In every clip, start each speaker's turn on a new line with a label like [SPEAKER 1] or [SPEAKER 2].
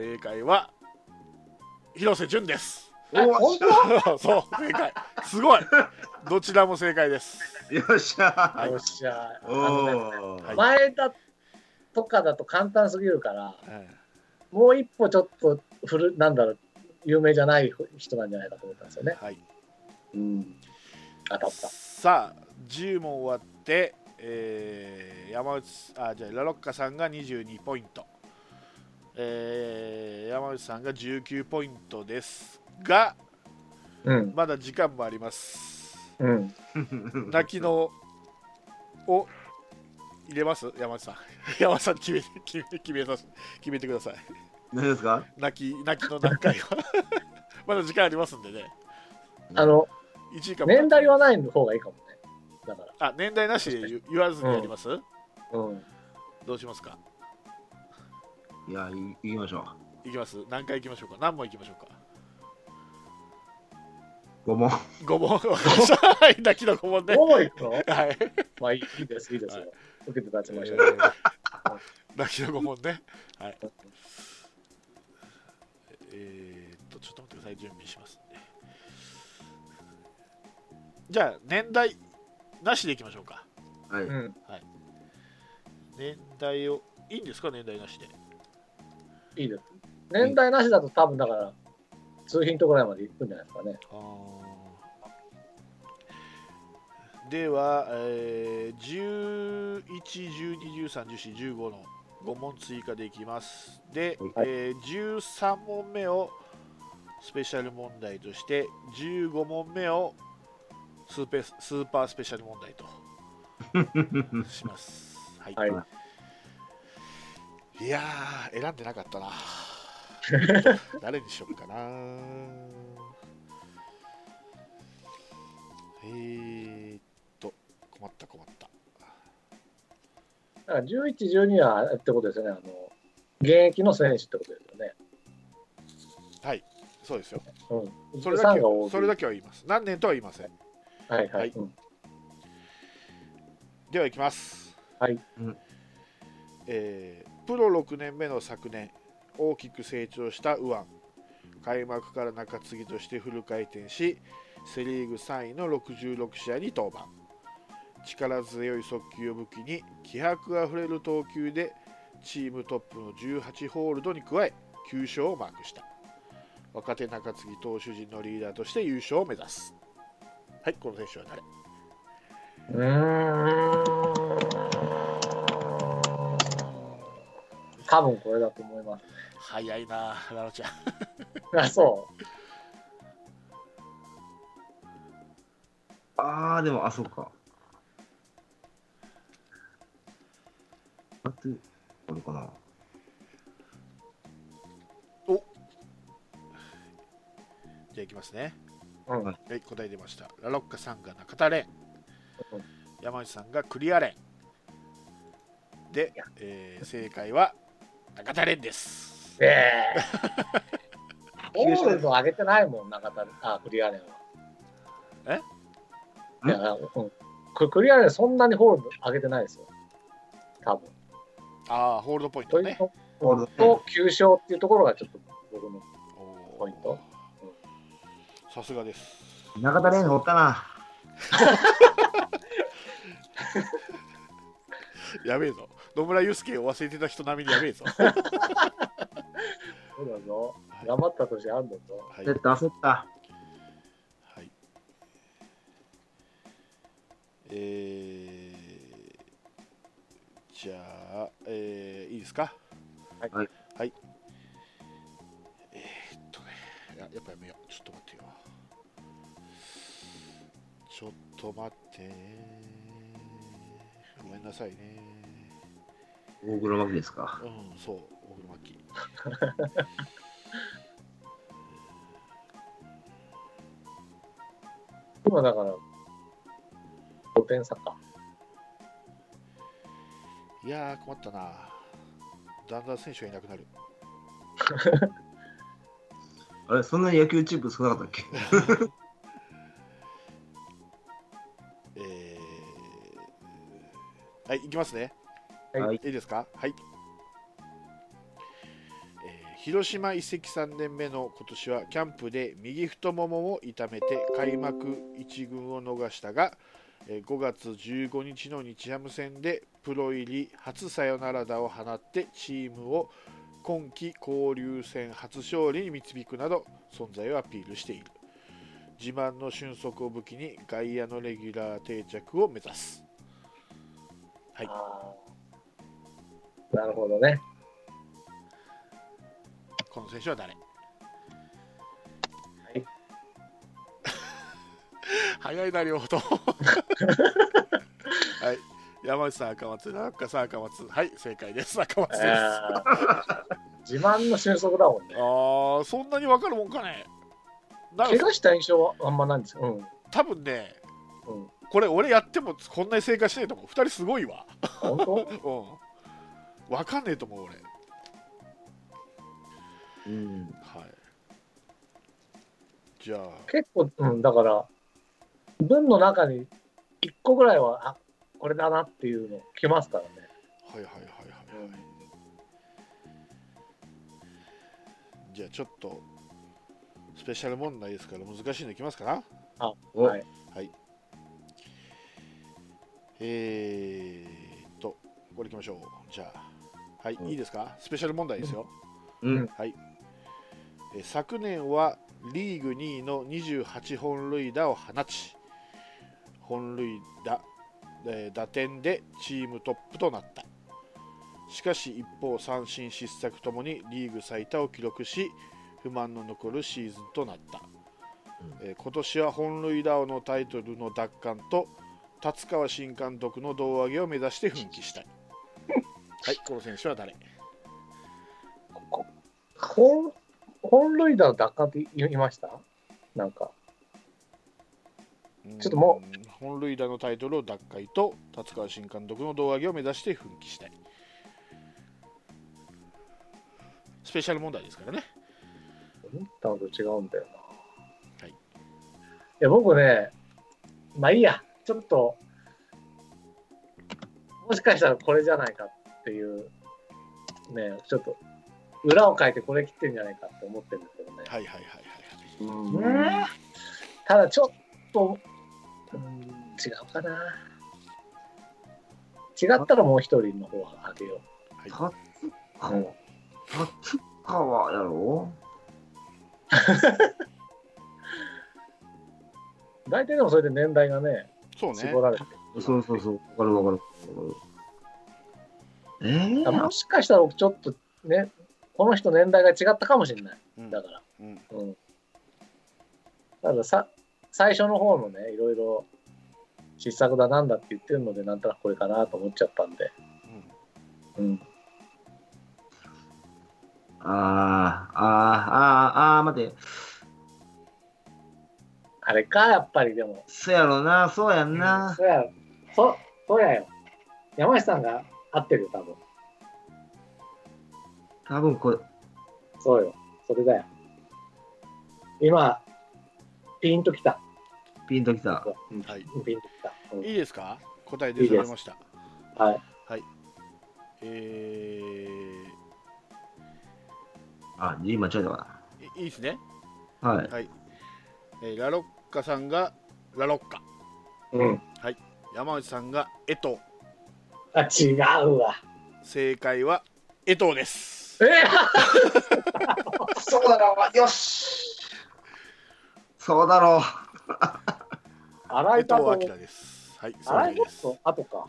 [SPEAKER 1] 正解は広瀬淳です
[SPEAKER 2] お
[SPEAKER 3] 本
[SPEAKER 1] そう正解すごいどちらも正解です
[SPEAKER 2] よっしゃ
[SPEAKER 3] よっしゃ。あ
[SPEAKER 2] お
[SPEAKER 3] のね
[SPEAKER 2] お
[SPEAKER 1] はい
[SPEAKER 3] 前田とかだと簡単すぎるから、
[SPEAKER 1] はい
[SPEAKER 3] もう一歩ちょっと古なんだろう有名じゃない人なんじゃないかと思ったんですよね。
[SPEAKER 1] はい
[SPEAKER 2] うん
[SPEAKER 3] 当たった。
[SPEAKER 1] さあ10問終わって、えー山内あじゃあラロッカさんが22ポイント、えー山内さんが19ポイントですが
[SPEAKER 3] うん
[SPEAKER 1] まだ時間もあります
[SPEAKER 3] うん。
[SPEAKER 1] 泣きのを入れます山内さん山内さん決めて決め決めさせ決めてください
[SPEAKER 2] 何ですか
[SPEAKER 1] 泣き泣きの何回は まだ時間ありますんでね
[SPEAKER 3] あの
[SPEAKER 1] 1位かも
[SPEAKER 3] 年代はない方がいいかもね。だか
[SPEAKER 1] あ年代なしで言言わずにやります、
[SPEAKER 3] ら。うん。
[SPEAKER 1] どうしますか
[SPEAKER 2] いやい言いましょ
[SPEAKER 1] いきます何回いきましょうか何問いきましょうか
[SPEAKER 2] う5問
[SPEAKER 1] 5問 わかりましたはい 泣きの5問ね
[SPEAKER 3] どうい くの？
[SPEAKER 1] はい、
[SPEAKER 3] まあいいですいいですよ。受けて立ちましょう。
[SPEAKER 1] えー泣きの5問ねはいえーっとちょっと待ってください準備しますんでじゃあ年代なしでいきましょうか
[SPEAKER 2] はい、
[SPEAKER 3] うん。
[SPEAKER 1] 年代をいいんですか年代なしで
[SPEAKER 3] いいです。年代なしだと多分だから通品とぐらいまで行くんじゃないですかね。
[SPEAKER 1] では、えー、1112131415の5問追加でいきますで、
[SPEAKER 3] はい
[SPEAKER 1] えー13問目をスペシャル問題として15問目をスーペススーパースペシャル問題とします、はい
[SPEAKER 3] はい。
[SPEAKER 1] いやー選んでなかった な誰にしよっかなえー、っと困った困った
[SPEAKER 3] だから11、12はあれってことですよね、あの現役の選手ってことですよね。
[SPEAKER 1] はいそうですよ
[SPEAKER 3] うん、
[SPEAKER 1] それだけ
[SPEAKER 3] 13が多
[SPEAKER 1] はいそれだけは言います何年とは言いません
[SPEAKER 3] はいはい、
[SPEAKER 1] はい
[SPEAKER 3] うん
[SPEAKER 1] ではいきます
[SPEAKER 3] はい、
[SPEAKER 2] うん
[SPEAKER 1] えープロ6年目の昨年大きく成長した右腕開幕から中継ぎとしてフル回転しセ・リーグ3位の66試合に登板力強い速球を武器に気迫あふれる投球でチームトップの18ホールドに加え9勝をマークした若手中継ぎ投手陣のリーダーとして優勝を目指すはいこの選手は誰
[SPEAKER 3] うーん多分これだと思います。
[SPEAKER 1] 早いなあラロちゃん
[SPEAKER 3] あ、そう。
[SPEAKER 2] ああでもあそっかあとこれかな
[SPEAKER 1] じゃあいきますね
[SPEAKER 3] うん
[SPEAKER 2] はい
[SPEAKER 1] はい、答え出ました。ラロッカさんが中田蓮
[SPEAKER 3] うん、
[SPEAKER 1] 山内さんがクリア蓮。で
[SPEAKER 3] いや、
[SPEAKER 1] えー正解は中田蓮です。
[SPEAKER 3] え ー、オールド上げてないもん、中田、あ、クリアレンは。
[SPEAKER 1] え
[SPEAKER 3] いや、うん、ククリアレンそんなにホールド上げてないですよ。多分。
[SPEAKER 1] ああ、ホールドポイン
[SPEAKER 3] と
[SPEAKER 1] ト
[SPEAKER 3] いう
[SPEAKER 1] ね。
[SPEAKER 3] と
[SPEAKER 2] ホールド
[SPEAKER 3] と、9勝っていうところがちょっと僕の
[SPEAKER 1] おー
[SPEAKER 3] ポイント。
[SPEAKER 1] さすがです。
[SPEAKER 2] 中田蓮おったな
[SPEAKER 1] やべえぞ。野村祐介を忘れてた人並みにやべ えぞ。
[SPEAKER 3] そうだぞ。
[SPEAKER 1] はい
[SPEAKER 3] 頑張った年あんだぞ。
[SPEAKER 1] はい
[SPEAKER 2] ちょっと焦った
[SPEAKER 1] はい。えー、じゃあ、えー、いいですか
[SPEAKER 3] はい
[SPEAKER 2] はい。
[SPEAKER 1] はい。えー、っとね、ややっぱやめよう。ちょっと待ってよ。ちょっと待ってね。ごめんなさいね。
[SPEAKER 2] 大黒摩季ですか
[SPEAKER 1] うん、そう、大黒摩季。
[SPEAKER 3] 今だから、5点差か。
[SPEAKER 1] いやー、困ったな。だんだん選手がいなくなる。
[SPEAKER 2] あれそんなに野球チップ少なかったっけ
[SPEAKER 1] えーはい、いきますね。
[SPEAKER 3] はい
[SPEAKER 1] いいですかはい。えー広島移籍3年目の今年はキャンプで右太ももを痛めて開幕1軍を逃したがえー5月15日の日ハム戦でプロ入り初サヨナラ打を放ってチームを今季交流戦初勝利に導くなど存在をアピールしている自慢の俊足を武器に外野のレギュラー定着を目指すはい
[SPEAKER 3] あーなるほどね。
[SPEAKER 1] この選手は誰、
[SPEAKER 3] い
[SPEAKER 1] 早いな両方ともはい山内さん赤松ラッカさん赤松はい正解です赤松です、あ
[SPEAKER 3] あー自慢の俊足だもんね。
[SPEAKER 1] ーそんなに分かるもんかねな
[SPEAKER 3] 怪我した印象はあんまないんですよ。
[SPEAKER 1] 多分ね
[SPEAKER 3] うん。うん。
[SPEAKER 1] これ俺やってもこんなに正解しないと思う2人すごいわ
[SPEAKER 3] 本 当
[SPEAKER 1] うん分かんねえと思う俺
[SPEAKER 2] うん。
[SPEAKER 1] はいじゃあ
[SPEAKER 3] 結構、うん、だから、文の中に1個ぐらいは、あこれだなっていうの来ますからね。
[SPEAKER 1] はいはいはいはい、はいじゃあちょっとスペシャル問題ですから難しいのいきますかな
[SPEAKER 3] あ、
[SPEAKER 2] お
[SPEAKER 3] はい。
[SPEAKER 1] えー、っとこれいきましょうじゃあはい、
[SPEAKER 2] うん
[SPEAKER 1] いいですかスペシャル問題ですよ、
[SPEAKER 2] うん。
[SPEAKER 1] はいえ昨年はリーグ2位の28本塁打を放ち本塁打、えー打点でチームトップとなったしかし一方三振失策ともにリーグ最多を記録し不満の残るシーズンとなった、えー今年は本塁打王のタイトルの奪還と達川新監督の胴上げを目指して奮起したいはいこの選手は誰
[SPEAKER 3] 本本塁打の奪還って言いましたなんか、ちょっとも
[SPEAKER 1] うん本塁打のタイトルを奪回と達川新監督の胴上げを目指して奮起したいスペシャル問題ですからね
[SPEAKER 3] 思ったのと違うんだよな。
[SPEAKER 1] はい。
[SPEAKER 3] や、僕ね、まあいいや、ちょっと、もしかしたらこれじゃないかっていう、ね、ちょっと、裏を書いてこれ切ってんじゃないかって思ってるんですけどね。
[SPEAKER 1] はいはいはい
[SPEAKER 3] うんただちょっと、うん、違うかな。違ったらもう一人の方はあげよ
[SPEAKER 1] はいはい
[SPEAKER 2] 達川。達川やろ
[SPEAKER 3] う。大体でもそれで年代がね、
[SPEAKER 1] そうね
[SPEAKER 3] 絞られて。
[SPEAKER 2] そうそうそう。わかるわかる。わかる。え
[SPEAKER 3] だからも
[SPEAKER 2] ー、
[SPEAKER 3] しかしたらちょっとね、この人年代が違ったかもしれない。
[SPEAKER 1] うん
[SPEAKER 3] だから。
[SPEAKER 1] うん
[SPEAKER 3] うん。たださ、最初の方のね、いろいろ失策だなんだって言ってるので、なんとなくこれかなと思っちゃったんで。
[SPEAKER 1] うん
[SPEAKER 3] うん。
[SPEAKER 2] あーあーあーあー待って。
[SPEAKER 3] あれか、やっぱりでも。
[SPEAKER 2] そうやろな、そうやんな。
[SPEAKER 3] そうや、そ、そうやよ。山下さんが合ってるよ、多分。
[SPEAKER 2] 多分これ。
[SPEAKER 3] そうよ。それだよ。今、ピンときた。
[SPEAKER 2] ピンときた。
[SPEAKER 3] うん
[SPEAKER 1] はい
[SPEAKER 3] ピンときた。うん
[SPEAKER 1] いいですか答え出揃いました
[SPEAKER 3] はい。
[SPEAKER 1] え
[SPEAKER 2] あ、字間違えたわ。
[SPEAKER 1] ーいいいですね
[SPEAKER 2] はい。
[SPEAKER 1] はい、えーラロッカさんがラロッカ
[SPEAKER 3] うん。
[SPEAKER 1] 山内さんが江藤
[SPEAKER 3] あ、違うわ。
[SPEAKER 1] 正解は江藤です
[SPEAKER 3] え
[SPEAKER 2] そうだろう、よし。そうだろう。
[SPEAKER 3] 洗
[SPEAKER 1] 江
[SPEAKER 3] いた
[SPEAKER 1] 藤
[SPEAKER 3] と。
[SPEAKER 1] 明ですはい正
[SPEAKER 3] 洗
[SPEAKER 1] 解
[SPEAKER 3] い
[SPEAKER 1] で
[SPEAKER 3] た
[SPEAKER 1] す
[SPEAKER 3] と、あとか。
[SPEAKER 1] は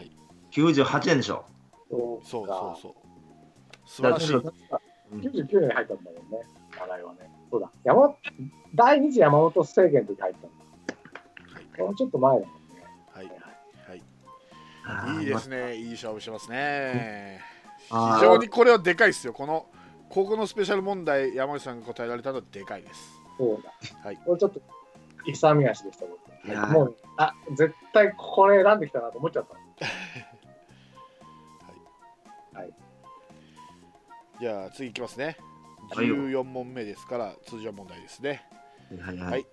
[SPEAKER 1] い
[SPEAKER 2] 98円でしょ。
[SPEAKER 3] そう
[SPEAKER 1] そう
[SPEAKER 3] か
[SPEAKER 1] そうそう。素晴らしい。
[SPEAKER 2] うん
[SPEAKER 3] 99年に入ったんだもんね。洗いはね。そうだ。山、第二次山本政権の時入ったんだ。このちょっと前だもんね。
[SPEAKER 1] はい。
[SPEAKER 2] あ
[SPEAKER 1] は
[SPEAKER 2] ー
[SPEAKER 1] い。いいですね。いい勝負してますね。非
[SPEAKER 2] あー
[SPEAKER 1] 常にこれはでかいですよ。この高校のスペシャル問題、山内さんが答えられたのはでかいです。
[SPEAKER 3] そうだ。
[SPEAKER 1] はい
[SPEAKER 3] これちょっと、勇み足でした、僕。
[SPEAKER 2] いや
[SPEAKER 3] もう、あ、絶対これ選んできたなと思っちゃった。
[SPEAKER 1] じゃあ次いきますね。
[SPEAKER 2] はいよ
[SPEAKER 1] 14問目ですから通常問題ですね。
[SPEAKER 2] はいはい
[SPEAKER 1] は
[SPEAKER 2] はいい。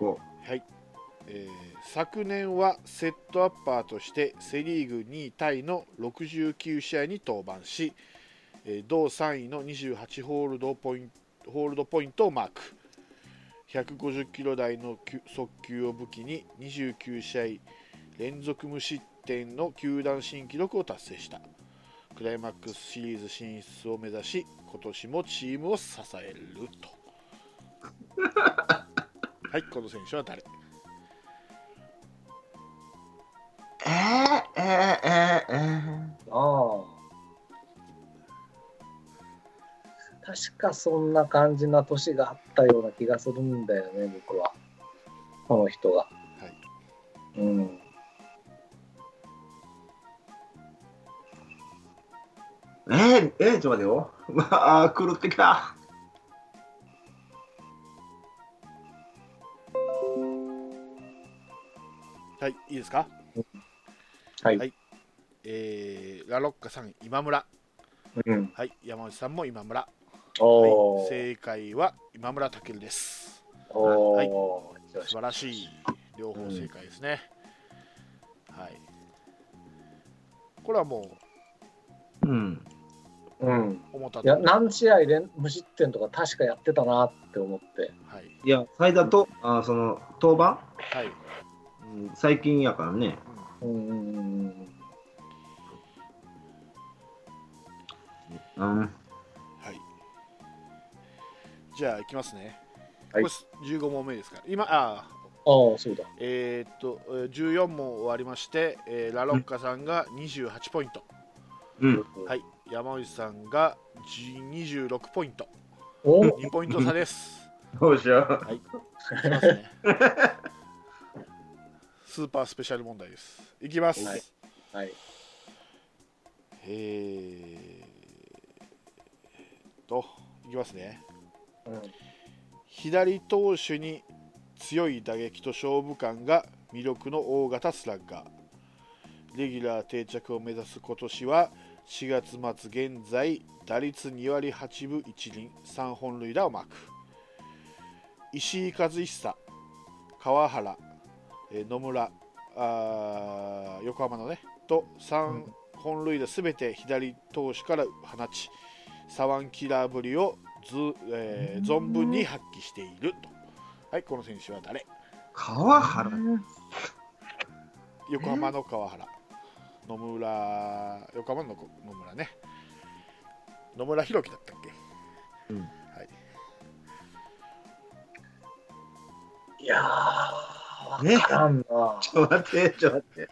[SPEAKER 2] お
[SPEAKER 1] はい。えー昨年はセットアッパーとしてセ・リーグ2位タイの69試合に登板しえー同3位の28ホールドポイントホールドポイントをマーク150キロ台の球速球を武器に29試合連続無失点の球団新記録を達成したクライマックスシリーズ進出を目指し今年もチームを支えるとはいこの選手は誰
[SPEAKER 2] えー、えー、えー、え
[SPEAKER 3] ああ。確かそんな感じな年があったような気がするんだよね、僕は。この人が。はい。うん。
[SPEAKER 2] ー、えー、えー、ちょっと待てよ。 まあ、狂ってきた。
[SPEAKER 1] はいいいですか
[SPEAKER 3] はい。
[SPEAKER 1] はいえーラロッカさん今村
[SPEAKER 3] うん。
[SPEAKER 1] はい山内さんも今村
[SPEAKER 3] お
[SPEAKER 1] はい、
[SPEAKER 3] ー。
[SPEAKER 1] 正解は今村健です
[SPEAKER 3] おー。
[SPEAKER 1] はい
[SPEAKER 3] よ
[SPEAKER 1] 素
[SPEAKER 3] し
[SPEAKER 1] 晴らしい両方正解ですね、はいこれはも
[SPEAKER 2] うん。
[SPEAKER 3] うん。
[SPEAKER 1] う思った
[SPEAKER 3] い
[SPEAKER 1] と
[SPEAKER 3] や、何試合連無失点とか確かやってたなって思って。
[SPEAKER 1] はい
[SPEAKER 2] いや、最だと、あーその、登板、
[SPEAKER 1] はい、
[SPEAKER 2] うん、最近やからね。
[SPEAKER 3] うんうんうんうん。
[SPEAKER 2] うん。
[SPEAKER 1] はい、じゃあいきますね、
[SPEAKER 3] はい
[SPEAKER 1] これ15問目ですから今あー
[SPEAKER 3] ああ、そうだ。
[SPEAKER 1] えーっとえー14問終わりまして、えーラロッカさんが28ポイント、
[SPEAKER 2] うん。
[SPEAKER 1] はい、山内さんが26ポイント
[SPEAKER 3] おー
[SPEAKER 1] 2ポイント差です
[SPEAKER 2] どうしよう。
[SPEAKER 1] いきますねスーパースペシャル問題ですいきます、
[SPEAKER 3] はいはい。
[SPEAKER 1] えー、といきますね
[SPEAKER 3] うん。
[SPEAKER 1] 左投手に強い打撃と勝負感が魅力の大型スラッガーレギュラー定着を目指す今年は4月末現在打率2割8分1厘3本塁打をマーク石井和久川原えー野村あー横浜のねと3本塁打すべて左投手から放ちサワンキラーぶりをず、えー存分に発揮していると。はい、この選手は誰
[SPEAKER 2] 川原。
[SPEAKER 1] 横浜の川原、野村、横浜の野村ね。野村弘樹だったっけ
[SPEAKER 2] うん
[SPEAKER 1] はい、
[SPEAKER 3] いやー、わ
[SPEAKER 2] ね
[SPEAKER 3] からんな。
[SPEAKER 2] ちょっと待って、ちょっと待っ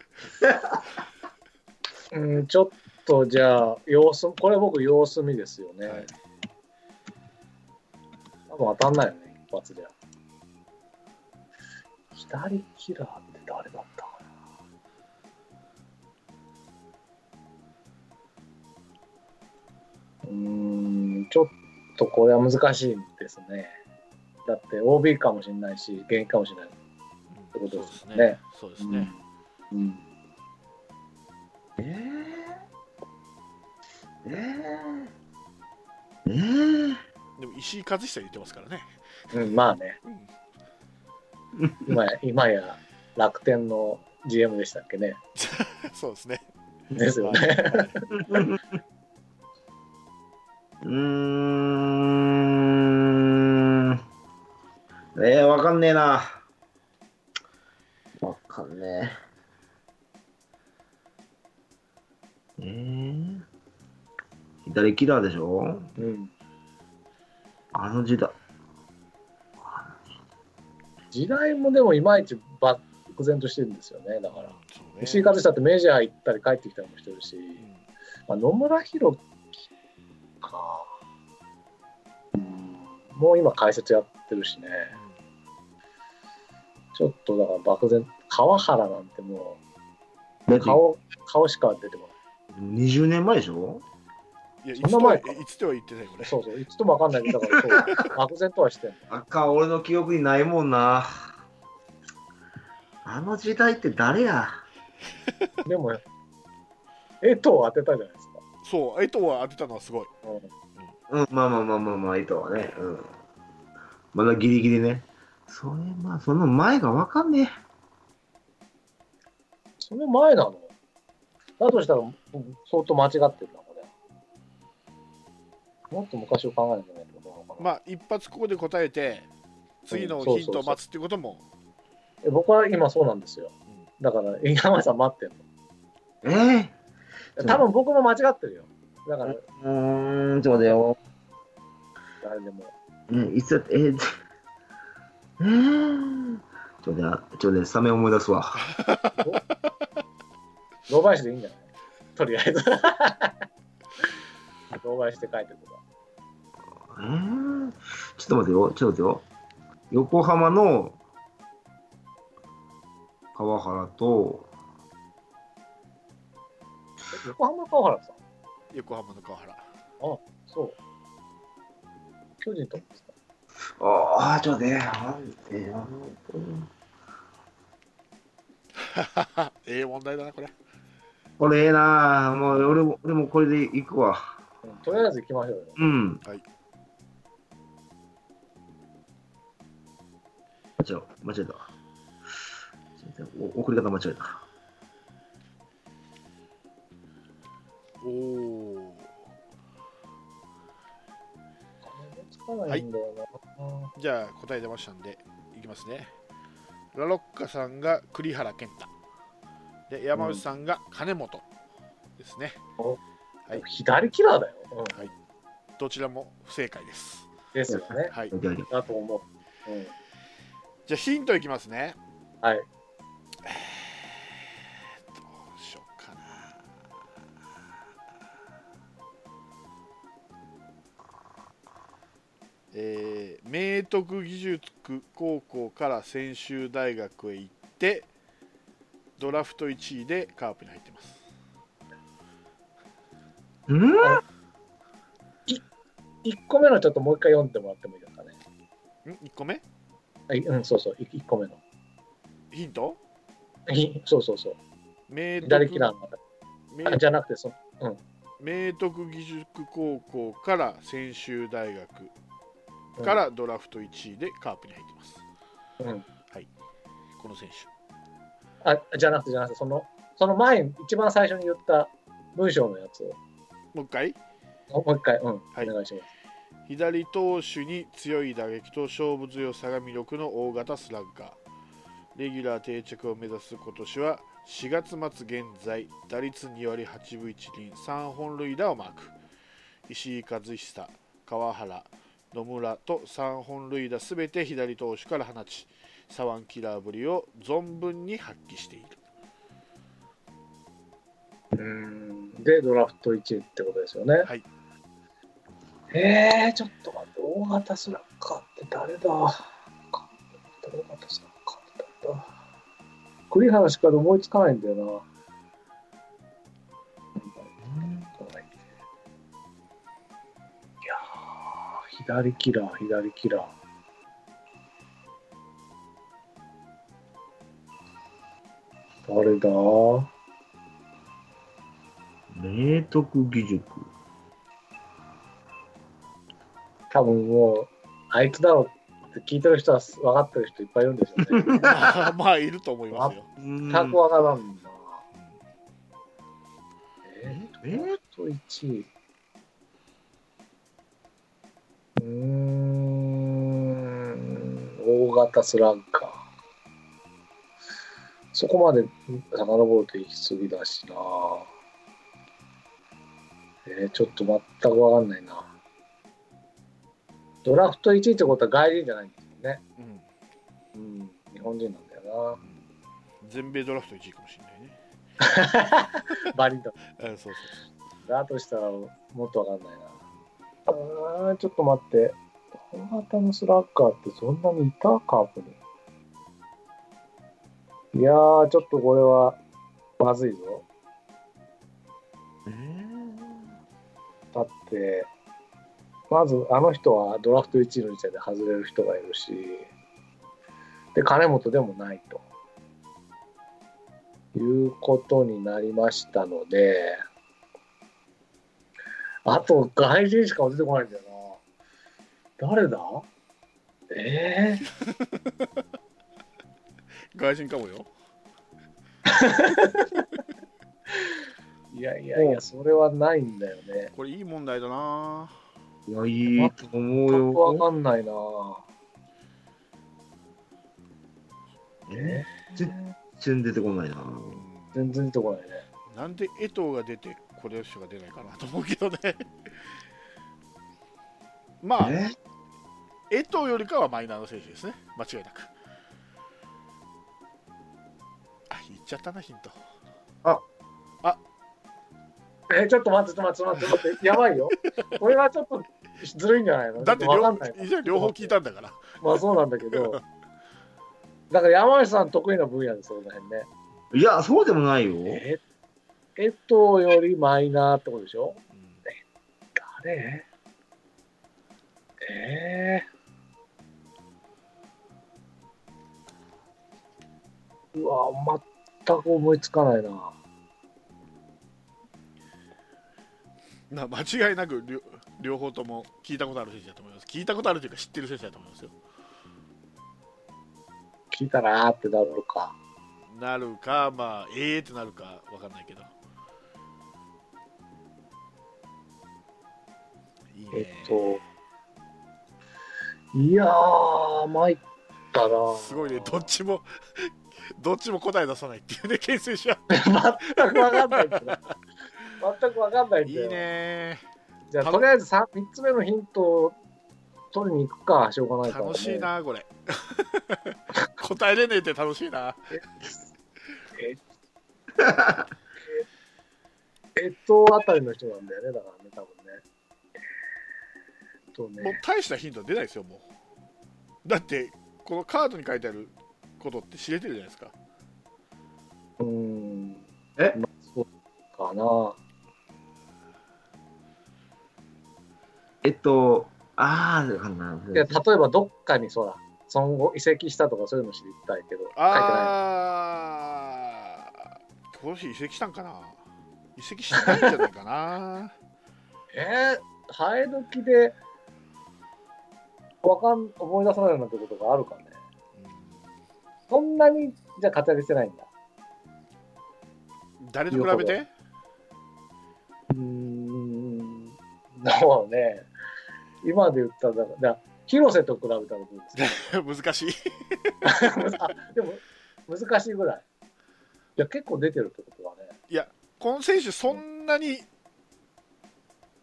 [SPEAKER 2] て。
[SPEAKER 3] うん、ちょっとじゃあ、様子、これ僕様子見ですよね。
[SPEAKER 1] はい
[SPEAKER 3] 多分当たんないよね、一発で。左キラーって誰だったかな。うーん、ちょっとこれは難しいですね。だって OB かもしれないし、現役かもしれない。て
[SPEAKER 1] う
[SPEAKER 3] こ
[SPEAKER 1] んそう
[SPEAKER 3] とで
[SPEAKER 1] です
[SPEAKER 3] すね
[SPEAKER 1] ね。そうですね。
[SPEAKER 3] うん。
[SPEAKER 2] えー、えー、えー、
[SPEAKER 1] でも石井和久言ってますからね。
[SPEAKER 3] うん、まあね。今や今や楽天の GM でしたっけね。
[SPEAKER 1] そうですね。
[SPEAKER 3] ですよ
[SPEAKER 1] は
[SPEAKER 3] ね。
[SPEAKER 1] いはい
[SPEAKER 2] えー、うーん。えー、わかんねえな。わかんねえ。えー、左キラーでしょ
[SPEAKER 3] うん、
[SPEAKER 2] あの時代。
[SPEAKER 3] 時代もでもいまいち漠然としてるんですよね。だから。
[SPEAKER 1] そうね
[SPEAKER 3] 石井和久ってメジャー行ったり帰ってきたりもしてるし、
[SPEAKER 1] うん
[SPEAKER 3] まあ、野村弘樹か。うんもう今解説やってるしね。ちょっとだから漠然、川原なんてもう顔、顔しか出てこない。
[SPEAKER 2] 20年前でしょ
[SPEAKER 1] いや、い
[SPEAKER 3] そ
[SPEAKER 1] つ
[SPEAKER 3] ん
[SPEAKER 1] と
[SPEAKER 3] な
[SPEAKER 1] は
[SPEAKER 3] 前か
[SPEAKER 1] いつとは言ってない、これ。
[SPEAKER 3] そうそう、ちょっとわかんないけど、だから そう、漠然とはしてんの。
[SPEAKER 2] あかん、俺の記憶にないもんな。あの時代って誰や
[SPEAKER 3] でも、えとを当てたじゃないですか。
[SPEAKER 1] そう、江藤は当てたのはすごい。
[SPEAKER 3] う
[SPEAKER 2] うん、まあまあまあまあまあ、いいとはね。うん。まだギリギリね。それ、まあ、その前がわかんね
[SPEAKER 3] ん、その前なのだとしたら、うん相当間違ってるな、これ。
[SPEAKER 2] え。
[SPEAKER 3] もっと昔を考えなきゃいけないってことなのかな、
[SPEAKER 1] まあ一発ここで答えて次のヒントを待つってことも
[SPEAKER 3] え僕は今そうなんですよ。だから、山井さん待ってる
[SPEAKER 2] えー、
[SPEAKER 3] の。多分僕も間違ってるよ。だから、
[SPEAKER 2] うーん、ちょっと待ってよ。
[SPEAKER 3] 誰でも。
[SPEAKER 2] え、いつだって、えー、えー、ちょっと待って、ちょっと待って、サメ思い出すわ。
[SPEAKER 3] 老林でいいんじゃないとりあえず。 老林で書いてるとか。
[SPEAKER 2] えー、ちょっと待ってよ、ちょっと待ってよ。横浜の川原と、
[SPEAKER 3] え横浜川原さん。
[SPEAKER 1] 横浜の川原
[SPEAKER 3] そう。巨人とかですか
[SPEAKER 2] ああ、ちょっと待って、なんてよ。
[SPEAKER 1] ええ問題だなこれ
[SPEAKER 2] これええなあもう俺も、俺もこれで行くわ。
[SPEAKER 3] うんとりあえず行きましょうよ。
[SPEAKER 2] うん。
[SPEAKER 1] はい。
[SPEAKER 2] 間違えた。間違えた。間違えたお送り方間違えた。
[SPEAKER 1] おお
[SPEAKER 3] つかないんだよな。
[SPEAKER 1] じゃあ答え出ましたんでいきますねラロッカさんが栗原健太で山内さんが金本ですね、はい
[SPEAKER 3] 左キラーだよ。うん、
[SPEAKER 1] どちらも不正解です
[SPEAKER 3] ですよね。
[SPEAKER 1] はい
[SPEAKER 2] オッケーオッケ
[SPEAKER 3] だと思う。うん、
[SPEAKER 1] じゃあヒントいきますね
[SPEAKER 3] はい。
[SPEAKER 1] どうしようかなえー、明徳義塾高校から専修大学へ行ってドラフト1位でカープに入ってます
[SPEAKER 2] ーん
[SPEAKER 3] 1個目のちょっともう一回読んでもらってもいいですかね。
[SPEAKER 1] ん1個目
[SPEAKER 3] はい、うん、そうそう、1個目の。
[SPEAKER 1] ヒント
[SPEAKER 3] いそうそうそう。
[SPEAKER 1] 明
[SPEAKER 3] 左キラー
[SPEAKER 1] 徳
[SPEAKER 3] の方
[SPEAKER 1] 明
[SPEAKER 3] あじゃなくてその、
[SPEAKER 1] 明徳義塾高校から専修大学からドラフト1位でカープに入ってます、
[SPEAKER 3] うんうん、
[SPEAKER 1] この選手
[SPEAKER 3] あじゃなくてじゃなくてそのその前に一番最初に言った文章のやつを
[SPEAKER 1] もう一回
[SPEAKER 3] もう一回、うん
[SPEAKER 1] はい
[SPEAKER 3] お願いします。
[SPEAKER 1] 左投手に強い打撃と勝負強さが魅力の大型スラッガーレギュラー定着を目指す今年は4月末現在打率2割8分1厘3本塁打をマーク石井和久川原野村と3本塁打すべて左投手から放ちサワンキラーぶりを存分に発揮 している
[SPEAKER 3] うんで、ドラフト1位ってことですよね。
[SPEAKER 1] はい。
[SPEAKER 3] えー、ちょっと待って、大型スラッガーって誰だ大型スラッガーって誰だ栗原しか思いつかないんだよな。いやー、左キラー、左キラー。誰だ
[SPEAKER 2] 明徳義塾。
[SPEAKER 3] 多分もう、あいつだろうって聞いてる人は分かってる人いっぱいいるんでしょうね。
[SPEAKER 1] まあまあいると思いますよ
[SPEAKER 2] うん
[SPEAKER 3] 全く分からんな。え
[SPEAKER 2] え
[SPEAKER 3] ー、と1位。うーん、大型スラッガー。そこまで遡ると行き過ぎだしな。えー、ちょっと全く分かんないな。ドラフト1位ってことは外人じゃないんですよね。
[SPEAKER 1] うん
[SPEAKER 3] うん、日本人なんだよ
[SPEAKER 1] 全米ドラフト1位かもしれないね
[SPEAKER 3] な。バリン
[SPEAKER 1] う
[SPEAKER 3] と。
[SPEAKER 1] んそうそう
[SPEAKER 3] だとしたらもっとわかんないな。うーん、ちょっと待って。大型のスラッガーってそんなにいたカープに。いやー、ちょっとこれはまずいぞ。
[SPEAKER 2] え
[SPEAKER 3] だって、まずあの人はドラフト1位の時点で外れる人がいるし、で、金本でもないと。いうことになりましたので、あと外人しか出てこないんだよな。誰だええ
[SPEAKER 1] 外人かもよ
[SPEAKER 3] いやいやいや、それはないんだよね。
[SPEAKER 1] これいい問題だな
[SPEAKER 2] いや、いいと思う
[SPEAKER 3] 全くわ
[SPEAKER 2] よ。
[SPEAKER 3] かんないな
[SPEAKER 2] え
[SPEAKER 3] え
[SPEAKER 2] 全然出てこないな。
[SPEAKER 3] 全然出てこないね。
[SPEAKER 1] なんで江藤が出てこれしか出ないかなと思うけどね まあ
[SPEAKER 2] え
[SPEAKER 1] 江藤よりかはマイナーの選手ですね間違いなくあ言っちゃったなヒント
[SPEAKER 3] え、ちょっと待って、ちょっと待って、ちょっと待 って、やばいよ。これはちょっとずるいんじゃないの
[SPEAKER 1] だって
[SPEAKER 3] ちょ
[SPEAKER 1] 両方
[SPEAKER 3] とわかんない。
[SPEAKER 1] 一応両方聞いたんだから
[SPEAKER 3] まあそうなんだけど。だから山内さん得意な分野です、その辺ね。
[SPEAKER 2] いや、そうでもないよ。
[SPEAKER 3] え、江藤よりマイナーってことでしょ
[SPEAKER 1] うん
[SPEAKER 3] 誰ええうわ、全く思いつかないな。
[SPEAKER 1] な間違いなく両両方とも聞いたことある選手だと思います聞いたことあるというか知ってる選手だと思いますよ
[SPEAKER 3] 聞いたなーってなるのか。
[SPEAKER 1] なるかまあええー、ってなるかわかんないけどいいね
[SPEAKER 3] えっと、いやー、参ったなー。
[SPEAKER 1] すごい ねどっちも どっちも答え出さないっていうね牽制者
[SPEAKER 3] 全くわかんないんだよ全くわかんない
[SPEAKER 1] い
[SPEAKER 3] ん
[SPEAKER 1] い
[SPEAKER 3] だよ。
[SPEAKER 1] ね
[SPEAKER 3] じゃあ、
[SPEAKER 1] た
[SPEAKER 3] とりあえず 3, 三つ目のヒントを取りに行くか、しょうがないから、ね。
[SPEAKER 1] 楽しい。なこれ 答えれねえって楽しいな
[SPEAKER 3] えっと、あたりの人なんだよね、だからね、多分ね。えっと
[SPEAKER 1] もう
[SPEAKER 3] ね、
[SPEAKER 1] 大したヒント出ないですよもうだってこのカードに書いてあることって知れてるじゃないですか
[SPEAKER 3] うーん。
[SPEAKER 2] え
[SPEAKER 3] まあ、そうかな。
[SPEAKER 2] えっと、あー、わかんない
[SPEAKER 3] や、例えばどっかにそら、その後移籍したとかそういうの知りたいけど、書いてない。
[SPEAKER 1] ああ今年移籍したんかな移籍しないんじゃないかな
[SPEAKER 3] えー、生え抜きで、わかん、思い出さないなんてことがあるかね。そんなに、じゃあ活躍してないんだ。
[SPEAKER 1] うん誰と比べて
[SPEAKER 3] うーん、そう ね。今で言ったらだから、だ広瀬と比べたらどうです
[SPEAKER 1] 難しい
[SPEAKER 3] か あでも、難しいぐらい。いや、結構出てるってことはね。
[SPEAKER 1] この選手そんなに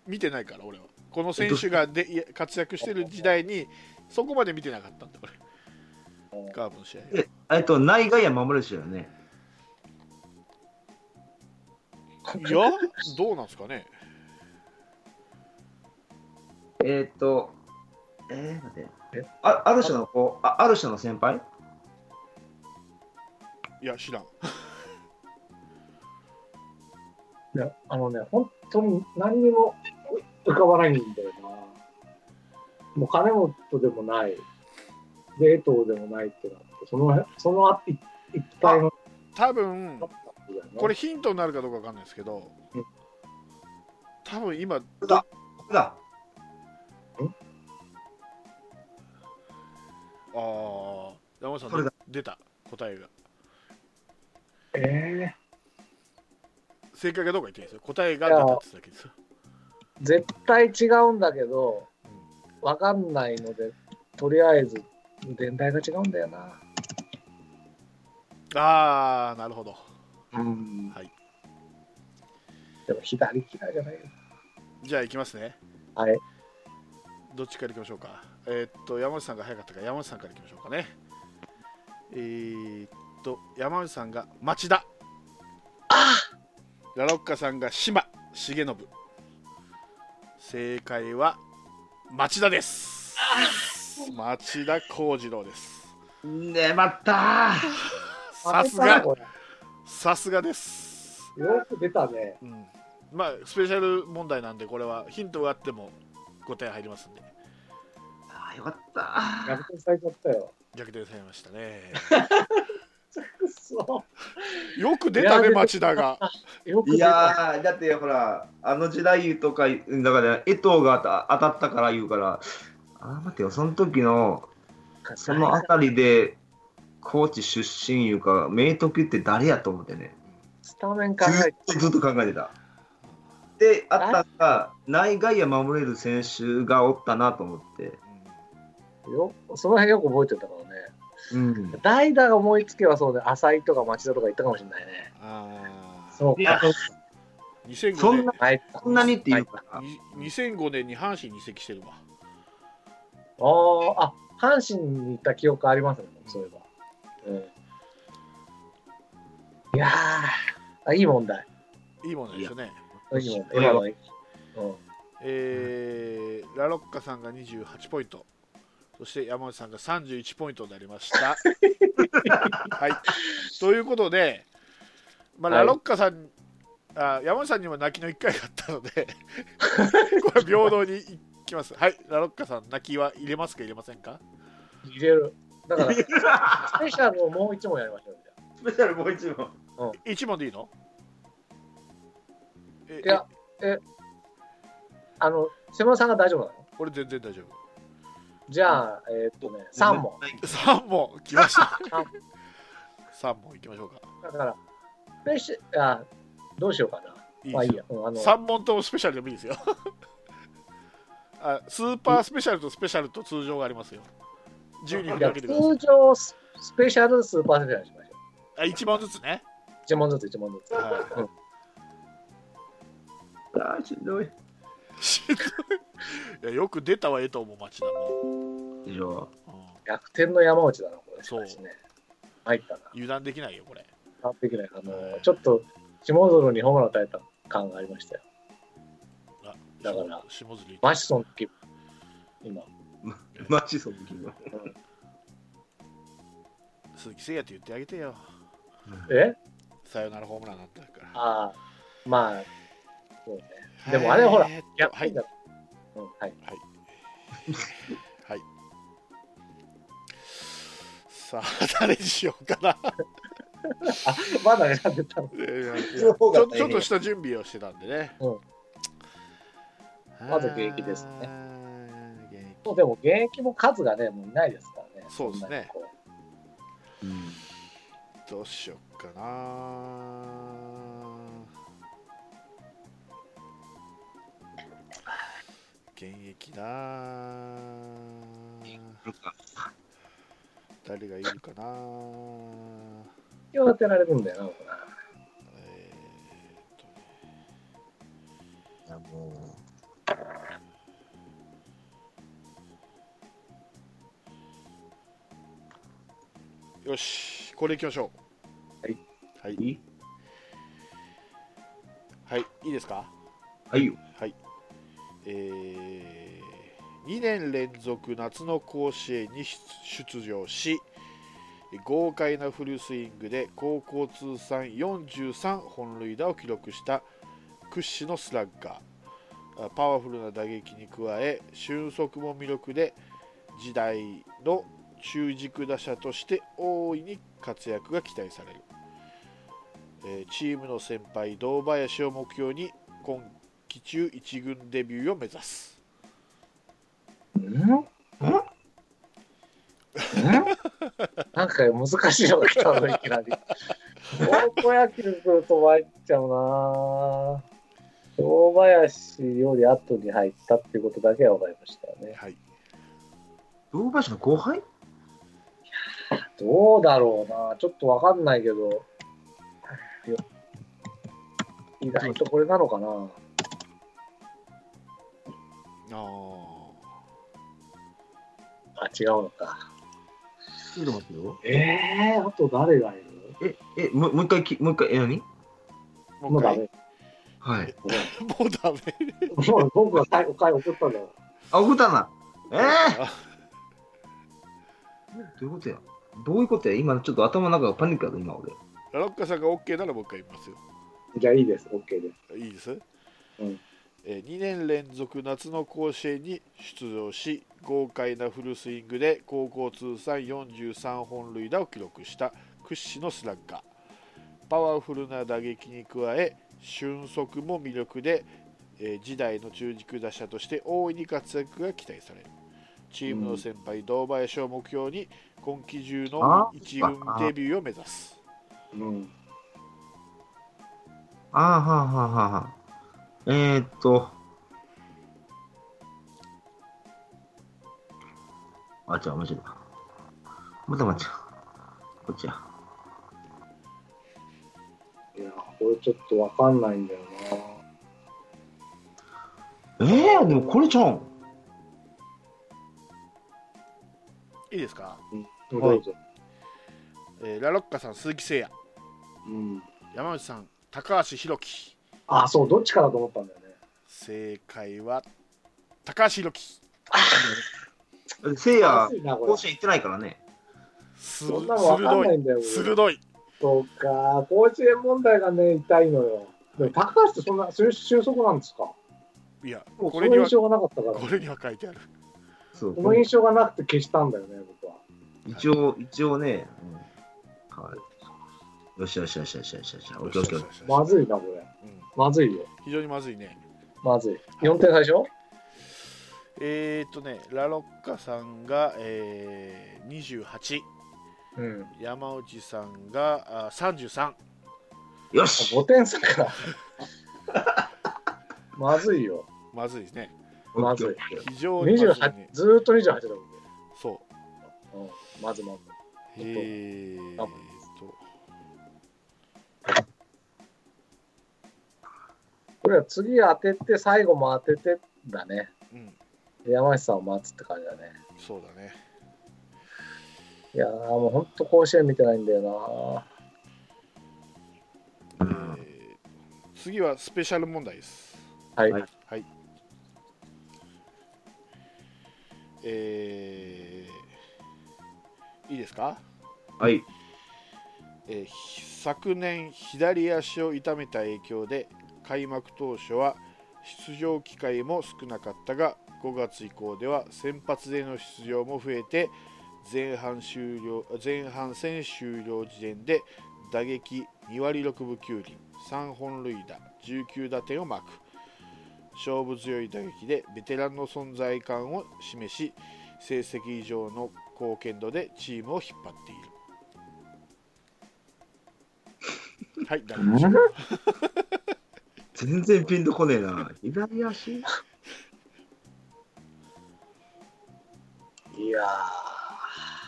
[SPEAKER 1] 見てないから俺はこの選手がでいや活躍してる時代にそこまで見てなかったんだ俺カープの試合
[SPEAKER 2] ええっと、内外野守るしよね。
[SPEAKER 1] いやどうなんですかね
[SPEAKER 2] えっと、えー、待って
[SPEAKER 3] え。
[SPEAKER 2] あある種の子あ、ある種の先輩
[SPEAKER 1] いや知らん
[SPEAKER 3] いや、あのね、本当に何にも浮かばないんだよな。もう金本でもない、冷凍でもないってなって、その、そのあ一一体の
[SPEAKER 1] 多分
[SPEAKER 3] ことだよね
[SPEAKER 1] これ、ヒントになるかどうかわかんないですけど
[SPEAKER 3] うん
[SPEAKER 1] 多分今
[SPEAKER 2] ここだ。
[SPEAKER 1] ああ山本さ
[SPEAKER 2] これ
[SPEAKER 1] ん
[SPEAKER 2] だ
[SPEAKER 1] 出た答えが
[SPEAKER 3] え
[SPEAKER 1] 正解かどうか言ってないですよ答えが出たってだけですよ
[SPEAKER 3] ー絶対違うんだけど、わかんないので、とりあえず、年代が違うんだよな。
[SPEAKER 1] ああなるほど
[SPEAKER 3] うん
[SPEAKER 1] はい
[SPEAKER 3] でも左利きなんじゃないよ。
[SPEAKER 1] じゃあ行きますね
[SPEAKER 3] はい。
[SPEAKER 1] どっちから行きましょうか。えーっと、山内さんが早かったから山内さんから行きましょうかね。えーっと、山内さんが町田。ラロッカさんが島重信。正解は町田です。町田幸次郎です。
[SPEAKER 2] ねまったー
[SPEAKER 1] さす
[SPEAKER 3] あれ
[SPEAKER 1] が
[SPEAKER 3] かな、これ
[SPEAKER 1] さすがです。
[SPEAKER 3] よく出たね。
[SPEAKER 1] うん、まあ、スペシャル問題なんで、これはヒントがあっても答え入りますんで、
[SPEAKER 2] あーよかった
[SPEAKER 3] 逆転されちゃったよ。
[SPEAKER 1] 逆転されましたね。
[SPEAKER 3] くそ。
[SPEAKER 1] よく出た
[SPEAKER 3] いや
[SPEAKER 1] ね、
[SPEAKER 3] 出て
[SPEAKER 1] 町田が。
[SPEAKER 3] よく
[SPEAKER 2] い
[SPEAKER 3] 出た。
[SPEAKER 2] やーだってほらあの時代とかだから江藤が当た当たったから言うからあー待ってよその時のそのあたりで高知出身いうか明徳って誰やと思ってね
[SPEAKER 3] スタメン考
[SPEAKER 2] ず
[SPEAKER 3] え
[SPEAKER 2] っとずっと考えてたってあったが、内外野守れる選手がおったなと思って。
[SPEAKER 3] よその辺よく覚えてたからね。
[SPEAKER 2] うん。
[SPEAKER 3] 代打が思いつけばそうね、浅井とか町田とか行ったかもしれないね。
[SPEAKER 1] ああ
[SPEAKER 3] そう
[SPEAKER 2] いや
[SPEAKER 3] か。
[SPEAKER 1] 2005年
[SPEAKER 2] そんな、
[SPEAKER 3] はい、
[SPEAKER 2] そんなにっていうか、
[SPEAKER 1] に2005年に阪神に移籍してるわ
[SPEAKER 3] ああ、あ、阪神に行った記憶ありますね、そういえば。うん、いやーあ、いい問題。
[SPEAKER 1] いいもんですよね
[SPEAKER 3] いい問題。
[SPEAKER 2] いや
[SPEAKER 3] 今のいいうん、
[SPEAKER 1] えーラロッカさんが28ポイントそして山内さんが31ポイントになりました はいということで、まあ、
[SPEAKER 3] は
[SPEAKER 1] ラ
[SPEAKER 3] い
[SPEAKER 1] ロッカさん、あ山内さんにも泣きの1回があったので これは平等にいきますはいラロッカさん泣きは入れますか入れませんか
[SPEAKER 3] 入れる。だ から、スペシャルをもう一問やりましょう。じゃあ
[SPEAKER 2] スペシャルもう一問。
[SPEAKER 1] 1問でいいのえ
[SPEAKER 3] いやあの、瀬村さんが大丈夫なの
[SPEAKER 1] え俺全然大丈夫
[SPEAKER 3] じゃあ、えーっとね、3問。
[SPEAKER 1] 3問来ました
[SPEAKER 3] 三
[SPEAKER 1] 3問いきましょうか
[SPEAKER 3] だから、スペシャあ、どうしようかな。
[SPEAKER 1] いい
[SPEAKER 3] まあ
[SPEAKER 1] で
[SPEAKER 3] い
[SPEAKER 1] す
[SPEAKER 3] い
[SPEAKER 1] よ
[SPEAKER 3] や。うんあの
[SPEAKER 1] 3問ともスペシャルでもいいですよあスーパースペシャルとスペシャルと通常がありますよ12分
[SPEAKER 3] いや
[SPEAKER 1] かけてくださ
[SPEAKER 3] 通
[SPEAKER 1] い
[SPEAKER 3] 常ス、スペシャル、スーパースペシャルにしましょ
[SPEAKER 1] あ1問ずつね、
[SPEAKER 3] う。1問ずつ、1問ずつ。
[SPEAKER 1] は
[SPEAKER 2] あーしんどい。
[SPEAKER 1] い、しんどいいやよく出たわ江藤も町田も、
[SPEAKER 2] 以上。
[SPEAKER 1] うん
[SPEAKER 3] 逆転の山内だな、これ。
[SPEAKER 1] そう
[SPEAKER 3] しかしね。入ったな。
[SPEAKER 1] 油断できないよこれ
[SPEAKER 3] 完璧だよ。あのー
[SPEAKER 1] はい
[SPEAKER 3] ちょっと、下鶴にホームラン打たれた感がありましたよ。
[SPEAKER 1] あ
[SPEAKER 3] だから
[SPEAKER 1] 下下鶴
[SPEAKER 3] マシソンの時、今。
[SPEAKER 2] マジその気分。
[SPEAKER 1] 鈴木誠也って言ってあげてよ
[SPEAKER 3] え
[SPEAKER 1] さよならホームランだったから
[SPEAKER 3] ああ、まあ、そうね。でもあれほら
[SPEAKER 1] えーっと
[SPEAKER 3] 逆
[SPEAKER 1] は
[SPEAKER 3] 転
[SPEAKER 1] い
[SPEAKER 3] だうん、はい。
[SPEAKER 1] はいさあ 誰にしようか な
[SPEAKER 3] あ、まだ選んでたの。
[SPEAKER 1] いやいやいやち
[SPEAKER 2] その方が
[SPEAKER 1] ょ
[SPEAKER 2] 大変
[SPEAKER 1] ちょっとした準備をしてたんでね、
[SPEAKER 3] うんまだ現役ですね
[SPEAKER 1] ね現役
[SPEAKER 3] そうでも、現役の数がね、もういないですからね。
[SPEAKER 1] そうですね
[SPEAKER 3] そんなにこ
[SPEAKER 2] うん。
[SPEAKER 1] どうしよっかな現役な誰がいるかな
[SPEAKER 3] う。一応当てられるんだよな、僕な。
[SPEAKER 1] えーっとね
[SPEAKER 2] いやも、
[SPEAKER 1] よしこれいきましょう
[SPEAKER 3] はい
[SPEAKER 1] はいう
[SPEAKER 2] いい
[SPEAKER 1] はい、いいですか
[SPEAKER 2] はいよ。
[SPEAKER 1] はい、えー、2年連続夏の甲子園に出出場し豪快なフルスイングで高校通算43本塁打を記録した屈指のスラッガーあパワフルな打撃に加え俊足も魅力で時代の中軸打者として大いに活躍が期待される、えーチームの先輩堂林を目標に今期中一軍デビューを目指す
[SPEAKER 3] んなんか難しいのが来たのいきなり。高校野球来ると参っちゃうなぁ。堂林より後に入ったっていうことだけは分かりましたよね。
[SPEAKER 1] はい
[SPEAKER 2] 堂林の後輩
[SPEAKER 3] どうだろうなぁちょっと分かんないけど。よ意外とこれなのかなぁ
[SPEAKER 1] ああ
[SPEAKER 3] あ、違うのか。
[SPEAKER 2] ちょっと待ってよ。
[SPEAKER 3] ええあと誰がいる
[SPEAKER 2] え、え、もうもう一回き、もう一回、え、何
[SPEAKER 1] も
[SPEAKER 3] も
[SPEAKER 1] う
[SPEAKER 3] う
[SPEAKER 1] ダ
[SPEAKER 3] ダ
[SPEAKER 1] メ
[SPEAKER 3] メ。
[SPEAKER 2] はい。
[SPEAKER 1] もうダメ
[SPEAKER 3] もう僕が最後回送ったんだよ。
[SPEAKER 2] あ、ふたな。えー、
[SPEAKER 1] あ
[SPEAKER 2] どういうことやどういうことや今ちょっと頭の中がパニックだぞ、今俺。
[SPEAKER 1] ラロッカさんが OK ならもう一回言いますよ
[SPEAKER 3] じゃあいいです。OK です。
[SPEAKER 1] いいです、
[SPEAKER 3] うん
[SPEAKER 1] えー、2年連続夏の甲子園に出場し豪快なフルスイングで高校通算43本塁打を記録した屈指のスラッガーパワフルな打撃に加え俊足も魅力で、えー時代の中軸打者として大いに活躍が期待されるチームの先輩堂林を目標に今季中の
[SPEAKER 2] あ
[SPEAKER 1] 一軍デビューを目指す
[SPEAKER 3] うん。
[SPEAKER 2] あーはあはあはあはあ。えー、っと。あ、違う、間違えた。また間違えこっちや。
[SPEAKER 3] いや、これちょっとわかんないんだよ
[SPEAKER 2] えー、でもこれちゃうん。
[SPEAKER 1] いいですか、
[SPEAKER 3] な。
[SPEAKER 2] はい
[SPEAKER 3] どうぞ。
[SPEAKER 1] えーラロッカさん鈴木誠也
[SPEAKER 3] うん。
[SPEAKER 1] 山内さん高橋宏樹
[SPEAKER 3] あ、そう、どっちかだと思ったんだよね。
[SPEAKER 1] 正解は高橋宏樹
[SPEAKER 2] せいや
[SPEAKER 3] 安、いな、これ
[SPEAKER 2] 甲。子園行ってないからね。
[SPEAKER 1] す
[SPEAKER 3] そんなのわかんないんだよ。俺
[SPEAKER 1] 鋭い
[SPEAKER 3] そうか、甲子園問題がね、痛いのよ。でも高橋ってそんな、そういう収束なんですか
[SPEAKER 1] いや
[SPEAKER 3] こ
[SPEAKER 1] こ
[SPEAKER 3] の
[SPEAKER 1] れには
[SPEAKER 3] 印
[SPEAKER 1] こ
[SPEAKER 3] 象がなかったから、
[SPEAKER 1] れには書いてある
[SPEAKER 2] そう。
[SPEAKER 3] この印象がなくて消したんだよね、僕は。
[SPEAKER 2] 一応、一応ね。うん、はい。よしよしよしよしよしよし。オッケーオッケーオッケー。
[SPEAKER 3] まずいな、これ。
[SPEAKER 1] うん
[SPEAKER 3] まずいよ。
[SPEAKER 1] 非常にまずいね
[SPEAKER 4] まずい。4点最初
[SPEAKER 1] えー、っとねラロッカさんが、えー、28
[SPEAKER 4] うん。
[SPEAKER 1] 山内さんがあ33
[SPEAKER 2] よし
[SPEAKER 4] 5点差から。 まずいよ。
[SPEAKER 1] まずいですね
[SPEAKER 4] まずい。
[SPEAKER 1] 非常にまずい
[SPEAKER 4] 28
[SPEAKER 1] ね、
[SPEAKER 4] ずーっと28だもんね。
[SPEAKER 1] そう
[SPEAKER 4] うん。まずまず。
[SPEAKER 1] えー、っと
[SPEAKER 4] これは次当てて、最後も当ててだね。
[SPEAKER 1] うん
[SPEAKER 4] 山内さんを待つって感じだね。
[SPEAKER 1] そうだね
[SPEAKER 4] いやーもう本当甲子園見てないんだよ
[SPEAKER 1] えー次はスペシャル問題です。
[SPEAKER 4] なはい。
[SPEAKER 2] はい
[SPEAKER 1] はい。えーいいですか、
[SPEAKER 2] はい。
[SPEAKER 1] えーひ昨年左足を痛めた影響で開幕当初は出場機会も少なかったが5月以降では先発での出場も増えて前半終了前半戦終了時点で打撃2割6分9厘3本塁打19打点をマーク勝負強い打撃でベテランの存在感を示し成績以上の貢献度でチームを引っ張っているはい誰でしょう
[SPEAKER 2] 全然ピンとこねえな。左足
[SPEAKER 4] いや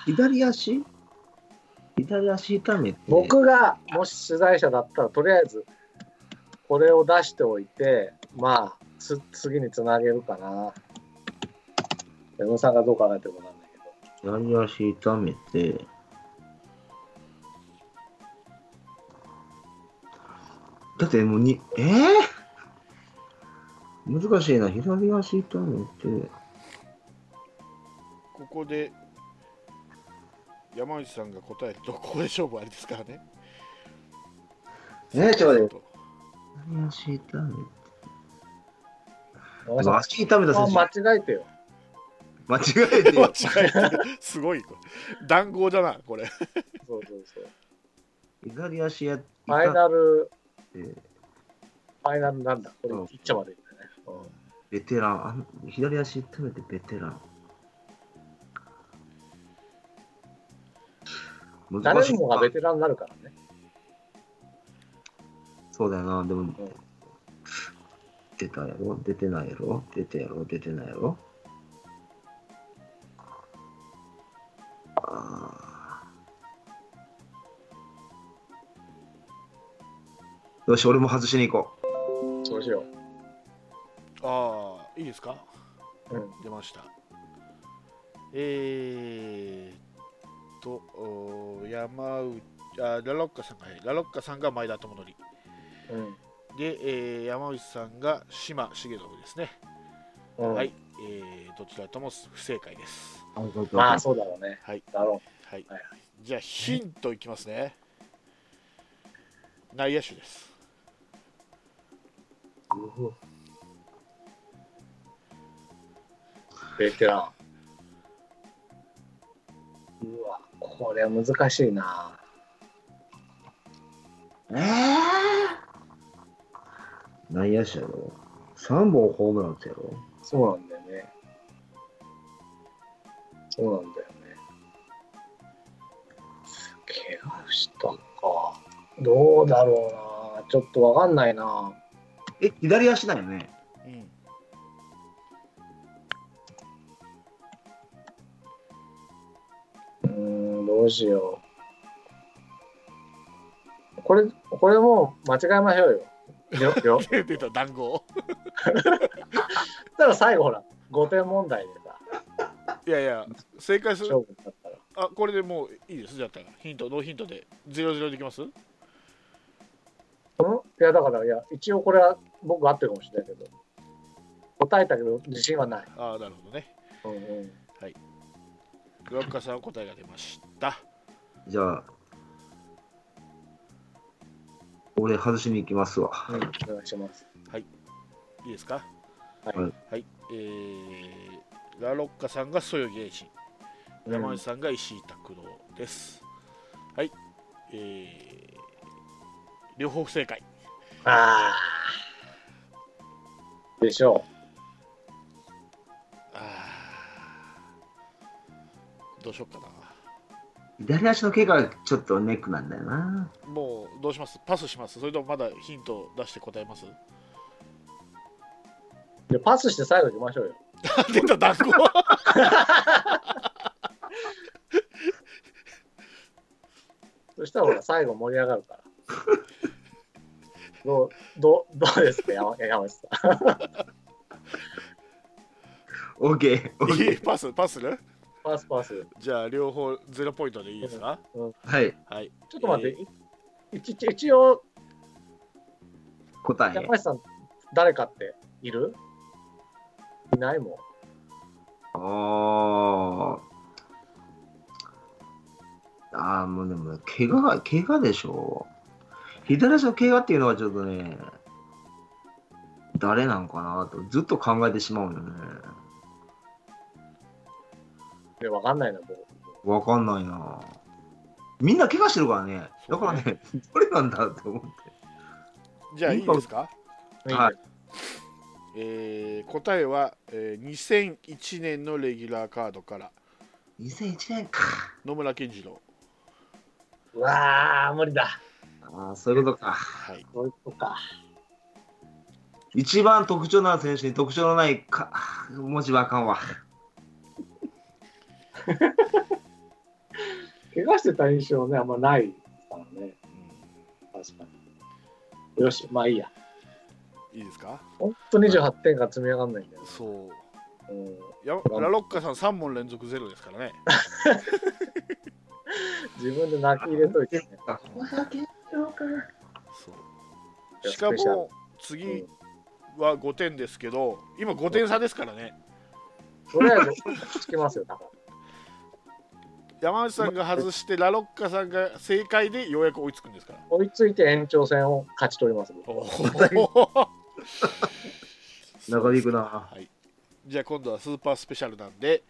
[SPEAKER 2] 左足左足痛めて。
[SPEAKER 4] ー僕がもし取材者だったら、とりあえず、これを出しておいて、まあ、つ次につなげるかな。矢野さんがどう考えてるかわかんないけど。
[SPEAKER 2] 左足痛めて。だってもうに、えー、難しいな。左足痛めて。
[SPEAKER 1] ここで山内さんが答えるとここで勝負あれですからね。
[SPEAKER 2] ねえちょっと待って
[SPEAKER 1] と
[SPEAKER 2] 左足痛めて。
[SPEAKER 4] 山
[SPEAKER 2] で
[SPEAKER 4] 内さん
[SPEAKER 2] も足痛めた選手、
[SPEAKER 4] 間違えてよ。
[SPEAKER 2] 間違えて
[SPEAKER 1] 間
[SPEAKER 2] よ。
[SPEAKER 1] 違えてるすごいこれ談合だなこれ
[SPEAKER 4] そうそうそう。
[SPEAKER 2] 左足や痛
[SPEAKER 4] ファイナル、
[SPEAKER 2] めて、
[SPEAKER 4] ファイナルなんだ。これ
[SPEAKER 2] うん、
[SPEAKER 4] 一丁までいったね。
[SPEAKER 2] ベテラン。あの左足痛めてベテラン。難
[SPEAKER 4] 誰
[SPEAKER 2] しいな
[SPEAKER 4] もがベテランになるからね。
[SPEAKER 2] そうだよな、でも
[SPEAKER 4] ん、
[SPEAKER 2] 出たやろ、出てないやろ、出てやろ、出てないやろ。あーよし、俺も外しに行こ
[SPEAKER 4] そうしよ
[SPEAKER 1] ああいいですか
[SPEAKER 4] う。うん。
[SPEAKER 1] 出ましたえー、っとおー山内あラロッカさんがはいラロッカさんが前田智則
[SPEAKER 4] うん。
[SPEAKER 1] で、えー山内さんが島重信ですね、
[SPEAKER 4] うん、
[SPEAKER 1] はい、えーどちらとも不正解です
[SPEAKER 2] う。
[SPEAKER 4] まあ、そうだろうね。
[SPEAKER 1] はい
[SPEAKER 4] だろ
[SPEAKER 1] はい、
[SPEAKER 4] はい
[SPEAKER 1] じゃあヒントいきますね内野手です
[SPEAKER 4] う。ベテラン。うわ、これは難しいな。
[SPEAKER 2] えー、内野手やろ。3本ホームラン打つやろ。
[SPEAKER 4] そうなんだよね。そうなんだよね。怪我したか。どうだろうな。ちょっとわかんないな。
[SPEAKER 2] え、左足だよね。
[SPEAKER 1] うん、
[SPEAKER 3] うーん、どうしよう。これ、これもう間違えましょうよ。よ、 よ。
[SPEAKER 1] 出てた団子
[SPEAKER 3] そしたら最後ほら、5点問題でさ、
[SPEAKER 1] いやいや正解す
[SPEAKER 3] 勝
[SPEAKER 1] る
[SPEAKER 3] 負になったら。
[SPEAKER 1] あこれでもういいですじゃあヒントノーヒントで00できます
[SPEAKER 3] うんいや、だから、いや、一応これは僕合ってるかもしれないけど、答えたけど自信はない。
[SPEAKER 1] ああなるほどね
[SPEAKER 3] うんうん。
[SPEAKER 1] グラッカさん答えが出ました
[SPEAKER 2] じゃあ、俺外しに行きますわ。
[SPEAKER 3] うん、お願いします。
[SPEAKER 1] いいですか
[SPEAKER 3] はい
[SPEAKER 2] はい
[SPEAKER 1] はいえー、ラロッカさんがそよぎエイジ
[SPEAKER 3] うん
[SPEAKER 1] 山内さんが石井拓郎です、はいえー、両方不正解
[SPEAKER 3] ああ。でしょ
[SPEAKER 1] あーどうしようかな
[SPEAKER 2] 左足の怪我がちょっとネックなんだよな。
[SPEAKER 1] もうどうしますパスしますそれともまだヒント出して答えます
[SPEAKER 3] う。で、パスして最後行きましょうよ。
[SPEAKER 1] 出た団子
[SPEAKER 3] そしたらほら、最後盛り上がる から。どう、どう、どうですか、山山内さん。
[SPEAKER 2] オーケー、オー
[SPEAKER 1] いい
[SPEAKER 2] ケ
[SPEAKER 1] パスパスね
[SPEAKER 3] パスパス。
[SPEAKER 1] じゃあ両方ゼロポイントでいいですか、
[SPEAKER 2] ー。はい、
[SPEAKER 1] はい
[SPEAKER 3] ちょっと待って、い一一一応、
[SPEAKER 2] 答え
[SPEAKER 3] 山。内さん、誰かっているいないもん。
[SPEAKER 2] ああ。ああ、もうでも、怪我が、怪我でしょう。左足の怪我っていうのはちょっとね、誰なんかなとずっと考えてしまうよね。
[SPEAKER 3] で、わかんないな、僕。
[SPEAKER 2] わかんないな。みんな怪我してるからね。だからね、 どれなんだって思って。
[SPEAKER 1] じゃあいいですか
[SPEAKER 2] はい
[SPEAKER 1] えー答えは、えー2001年のレギュラーカードから
[SPEAKER 2] 2001年か。
[SPEAKER 1] 野村健次郎
[SPEAKER 3] うわあ、無理だ。
[SPEAKER 2] ああ、そういうことか。
[SPEAKER 1] はい
[SPEAKER 3] そういうことか。
[SPEAKER 2] 一番特徴のある選手に特徴のないかあー文字はあかんわ。
[SPEAKER 5] 怪我してた印象はね、あんまないからね。
[SPEAKER 3] 確かに。よし、まあいいや。
[SPEAKER 1] いいですか
[SPEAKER 3] ほんと28点が積み上がんないんだよ。
[SPEAKER 1] そう
[SPEAKER 3] うん、
[SPEAKER 1] やラロッカさん3問連続ゼロですからね
[SPEAKER 3] 自分で泣き入れといて、ね。
[SPEAKER 2] あ
[SPEAKER 1] そうしかも次は5点ですけど今5点差ですからね
[SPEAKER 3] とりあえず、つきますよ、だか
[SPEAKER 1] 山内さんが外してラロッカさんが正解でようやく追いつくんですから
[SPEAKER 3] 追いついて延長戦を勝ち取ります。僕
[SPEAKER 1] おー
[SPEAKER 2] 長引くな。
[SPEAKER 1] はい、じゃあ今度はスーパースペシャルなんで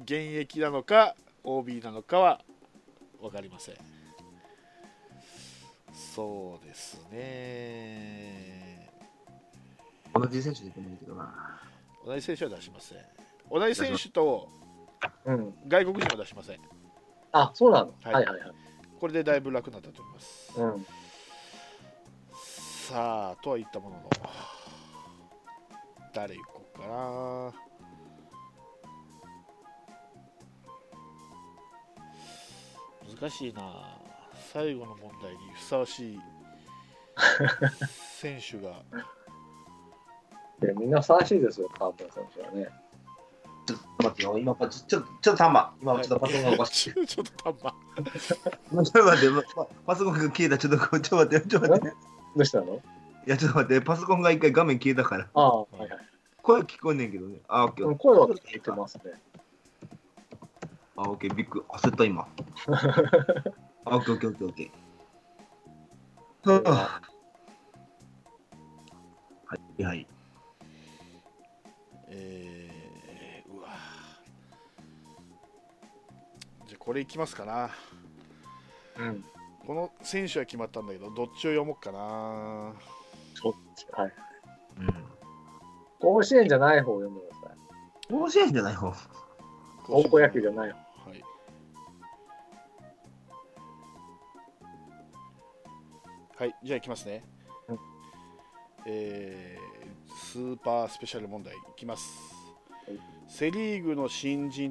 [SPEAKER 1] 現役なのか OB なのかは分かりませんそうですね
[SPEAKER 2] 同じ選手で行くんだけどな。
[SPEAKER 1] 同じ選手は出しません同じ選手と
[SPEAKER 3] うん。
[SPEAKER 1] 外国人は出しません
[SPEAKER 3] あ、そうなの、
[SPEAKER 1] はい
[SPEAKER 3] はい、はいはいはい
[SPEAKER 1] これでだいぶ楽になったと思います、
[SPEAKER 3] うん。
[SPEAKER 1] さあとは言ったものの誰行こうかな難しいな最後の問題にふさわ しい選手が
[SPEAKER 3] でみんなふさわしいですよ、川村選手はね。
[SPEAKER 2] ちょっと待ってよ、今、ちょちょっと、ちょっとタンマ、今、 ちょっとパソコンがおかしい。
[SPEAKER 1] ちょちょっとたんま
[SPEAKER 2] ちょっと待って、パパソコンが消えた、ちょっとこ、ちょっと待って、ちょっと待って。
[SPEAKER 3] どうしたの
[SPEAKER 2] いや、ちょっと待って、パソコンが一回画面消えたから、
[SPEAKER 3] ああ、はいはい。
[SPEAKER 2] 声聞こえんねんけどね。あ、オッケー、
[SPEAKER 3] うん声は聞いてますね。
[SPEAKER 2] あ、オッケー、ビッグ、焦った 今。あ、オッケー、オッケー、オッケー、オッケー。はあはい、はい。
[SPEAKER 1] えー、うわじゃあこれいきますかな
[SPEAKER 3] うん。
[SPEAKER 1] この選手は決まったんだけどどっちを読もうかな
[SPEAKER 3] はい。
[SPEAKER 2] うん。
[SPEAKER 3] 甲子園じゃない方を読んでください。
[SPEAKER 2] 甲子園じゃない方。
[SPEAKER 3] 高校野球じゃない方。
[SPEAKER 1] はい。はい、じゃあ行きますね。
[SPEAKER 3] うん
[SPEAKER 1] えースーパースペシャル問題いきますセ・リーグの新人